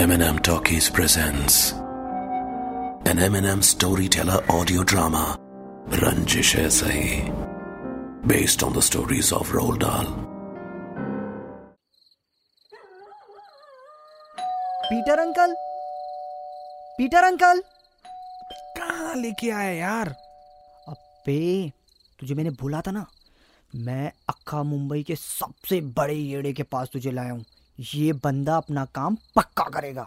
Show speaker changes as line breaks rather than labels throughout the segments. Eminem Talkies presents an Eminem storyteller audio drama, Ranjish Hai Sahi, based on the stories of Roald Dahl.
Peter uncle Peter uncle
कहाँ लेके आया यार
अबे तुझे मैंने बोला था ना मैं अक्खा मुंबई के सबसे बड़े येड़े के पास तुझे लाया हूँ ये बंदा अपना काम पक्का करेगा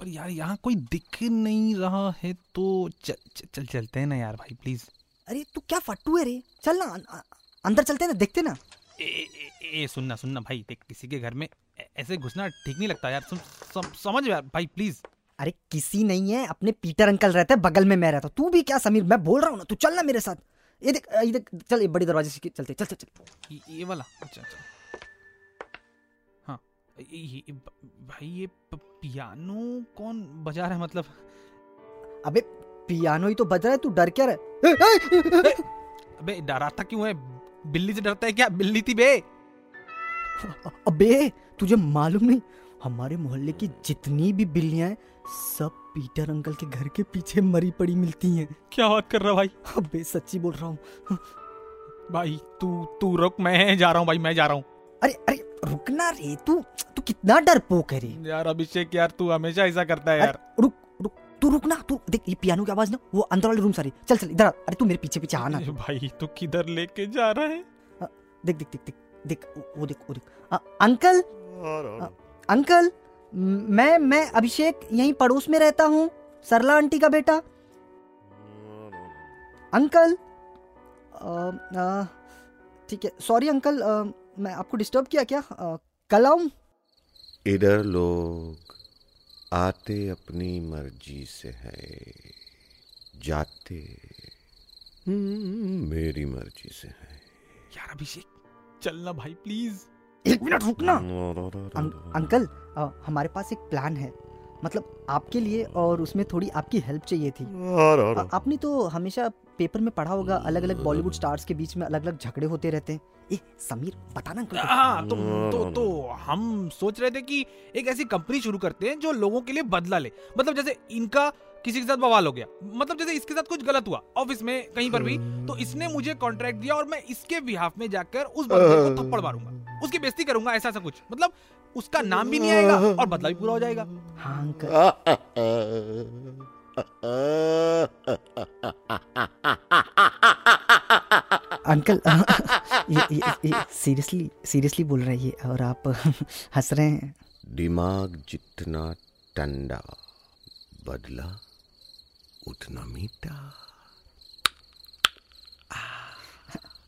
पर यार यहाँ कोई दिख नहीं रहा है तो चल चल, चल चलते हैं ना यार भाई प्लीज
अरे तू क्या फट्टू है रे चल ना अं- अंदर चलते हैं ना देखते ना
ए, ए, ए, ए सुनना सुनना भाई देख किसी के घर में ऐ- ऐसे घुसना ठीक नहीं लगता यार सुन सम, समझ यार भाई प्लीज
अरे किसी नहीं है अपने पीटर अंकल रहते हैं बगल में मैं रहता हूँ तू भी क्या समीर मैं बोल रहा हूँ ना तू चल ना मेरे साथ ये देख ये देख चल ये बड़े दरवाजे से के- चलते चल चल चल
ये, ये वाला अच्छा अच्छा हाँ ये, ये ब- भाई ये प- पियानो कौन बजा रहा है मतलब
अबे पियानो ही तो बज रहा है तू डर क्या रहा है ए, ए, ए, ए,
अबे डराता क्यों है बिल्ली से डरता है क्या बिल्ली थी बे
अबे तुझे मालूम नहीं हमारे मोहल्ले की जितनी भी बिल्लियां हैं सब पीटर अंकल के घर के पीछे मरी पड़ी मिलती हैं
क्या बात कर रहा भाई
अबे सच्ची बोल रहा हूँ
भाई तू तू रुक मैं जा रहा हूँ भाई मैं जा रहा हूँ
अरे अरे रुकना रे तू तू कितना डरपोक है रे
यार अभिषेक यार तू हमेशा ऐसा करता है
अरे,
यार
रुक रुक तू रुकना तू देख ये पियानो की आवाज ना वो अंदर वाले रूम सारी चल चल इधर आ। अरे तू मेरे पीछे पीछे आना
ये भाई तू किधर लेके जा रहा है
देख देख देख देख देख वो देख वो देख अ, अंकल अ, अंकल म- मैं मैं अभिषेक यहीं पड़ोस में रहता हूँ सरला आंटी का बेटा अंकल अ, अ, ठीक है सॉरी अंकल अ, मैं आपको डिस्टर्ब किया क्या अ, कल आऊँ
इधर लोग आते अपनी मर्जी से हैं जाते हम्म, मेरी मर्जी से हैं
यार अभिषेक चलना भाई प्लीज
एक मिनट रुकना अं, अंकल अ, हमारे पास एक प्लान है मतलब आपके लिए और उसमें थोड़ी आपकी हेल्प चाहिए थी अ, आपने तो हमेशा पेपर में पढ़ा होगा अलग अलग बॉलीवुड स्टार्स के बीच में अलग अलग झगड़े होते रहते हैं ए समीर बताना अंकल को।
हाँ तो, तो तो हम सोच रहे थे कि एक ऐसी कंपनी शुरू करते हैं जो लोगों के लिए बदला ले मतलब जैसे इनका किसी के साथ बवाल हो गया मतलब जैसे इसके साथ कुछ गलत हुआ ऑफिस में कहीं पर भी तो इसने मुझे कॉन्ट्रैक्ट दिया और मैं इसके बिहाफ में जाकर उस बंदे को थप्पड़ मारूंगा उसकी बेइज्जती करूंगा ऐसा ऐसा कुछ मतलब उसका नाम भी नहीं आएगा और बदला भी पूरा हो जाएगा
हाँ अंकल अंकल ये सीरियसली सीरियसली बोल रहे हैं ये और आप हंस रहे हैं
दिमाग जितना ठंडा बदला उतना मीठा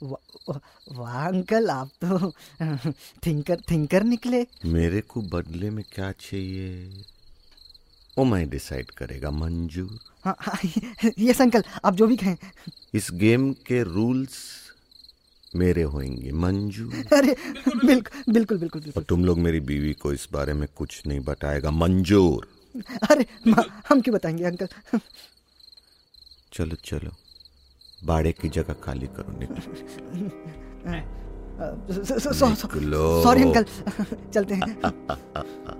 वाह वाह अंकल आप तो थिंकर थिंकर निकले
मेरे को बदले में क्या चाहिए वो मैं डिसाइड करेगा मंजूर
हाँ हाँ यस अंकल आप जो भी कहें
इस गेम के रूल्स मेरे होंगे मंजूर
अरे बिल्कुल बिल्कुल बिल्कुल
और
बिल्कुल
तुम लोग मेरी बीवी को इस बारे में कुछ नहीं बताएगा मंजूर
अरे माँ, हम क्यों बताएंगे अंकल
चलो चलो बाड़े की जगह खाली करो निकलो निकलो।
सॉरी अंकल चलते हैं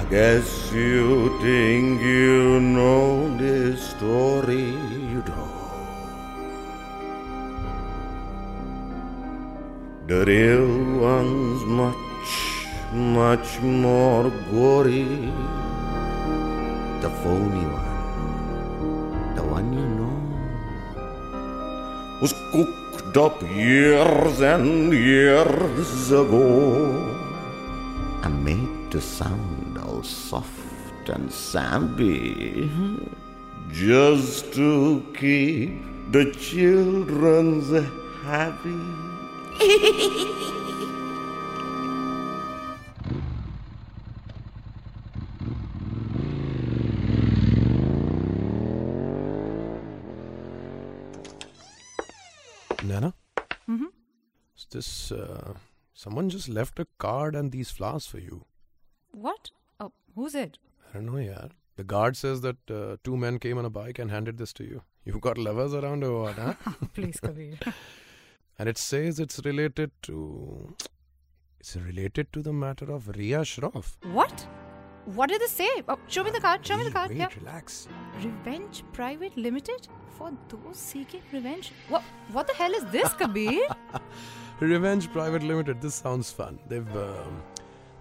I guess you think you know this story, you don't. The real one's much, much more gory. The phony one, the one you know, was cooked up years and years ago. I made the sound all soft and sappy just to keep the children's happy.
Nana? Mm-hmm. Is this. Uh, someone just left a card and these flowers for you.
What? Oh, who's it?
I don't know, yeah. The guard says that uh, two men came on a bike and handed this to you. You've got lovers around or what, huh?
Please, Kabir.
and it says it's related to. It's related to the matter of Ria Shroff.
What? What did they say? Oh, show me the card. Show me the
Hey,
card.
Wait,
Yeah.
relax.
Revenge Private Limited for those seeking revenge. What? What the hell is this, Kabir?
Revenge Private Limited. This sounds fun. They've um,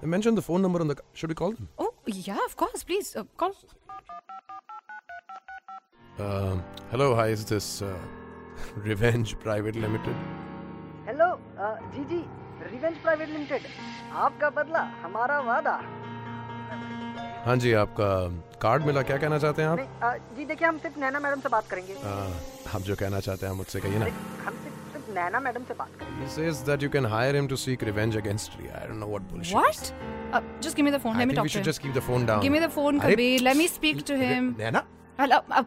they mentioned the phone number on the. c- Should we call them?
oh yeah, of course. Please uh, call.
Um, hello, hi. Is this uh, Revenge Private Limited?
Hello अ, जी जी revenge private limited आपका बदला हमारा वादा
हाँ जी आपका card मिला क्या कहना चाहते हैं आप
नहीं अ, जी देखिए हम सिर्फ नैना मैडम से बात करेंगे
Uh, आप जो कहना चाहते हैं मुझसे कहिए ना
हम सिर्फ सिर्फ नैना मैडम से बात
He says that you can hire him to seek revenge against Ria. I don't know what bullshit. is.
What? Uh, just give me the phone.
I
Let me
think
talk
we
to him.
should just keep the phone down.
Give me the phone,
Arre,
Kabir. Let me speak to him.
Naina?
Hello. Uh,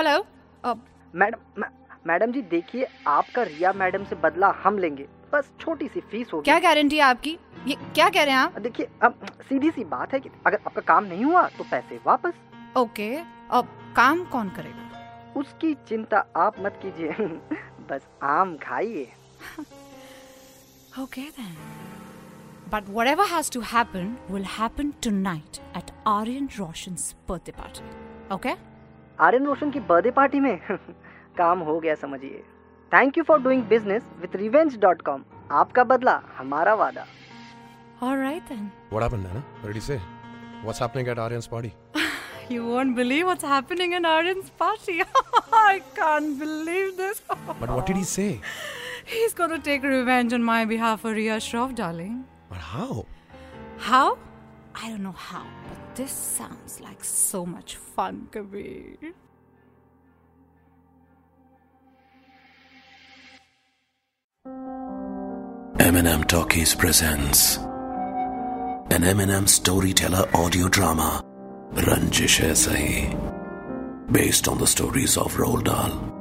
hello. Uh,
करेंगे madam मै- madam जी देखिए आपका रिया madam से बदला हम लेंगे बस छोटी सी फीस होगी
क्या गारंटी है आपकी ये क्या कह रहे हैं आप
देखिए अब सीधी सी बात है कि अगर आपका काम नहीं हुआ तो पैसे वापस
ओके अब काम कौन करेगा
उसकी चिंता आप मत कीजिए बस आम खाइए
okay then but whatever has to happen will happen tonight at Aryan Roshan's birthday party. Okay?
Aryan Roshan की बर्थडे पार्टी में काम हो गया समझिए thank you for doing business with revenge dot com आपका बदला हमारा वादा
All right then.
What happened, Naina? What did he say? What's happening at Aryan's party?
You won't believe what's happening in Aryan's party. I can't believe this.
But what did he say?
He's gonna take revenge on my behalf for Ria Shroff, darling.
But how?
How? I don't know how, but this sounds like so much fun, Kabir.
Eminem Talkies presents an Eminem storyteller audio drama, Ranjish Sahi, based on the stories of Roald Dahl.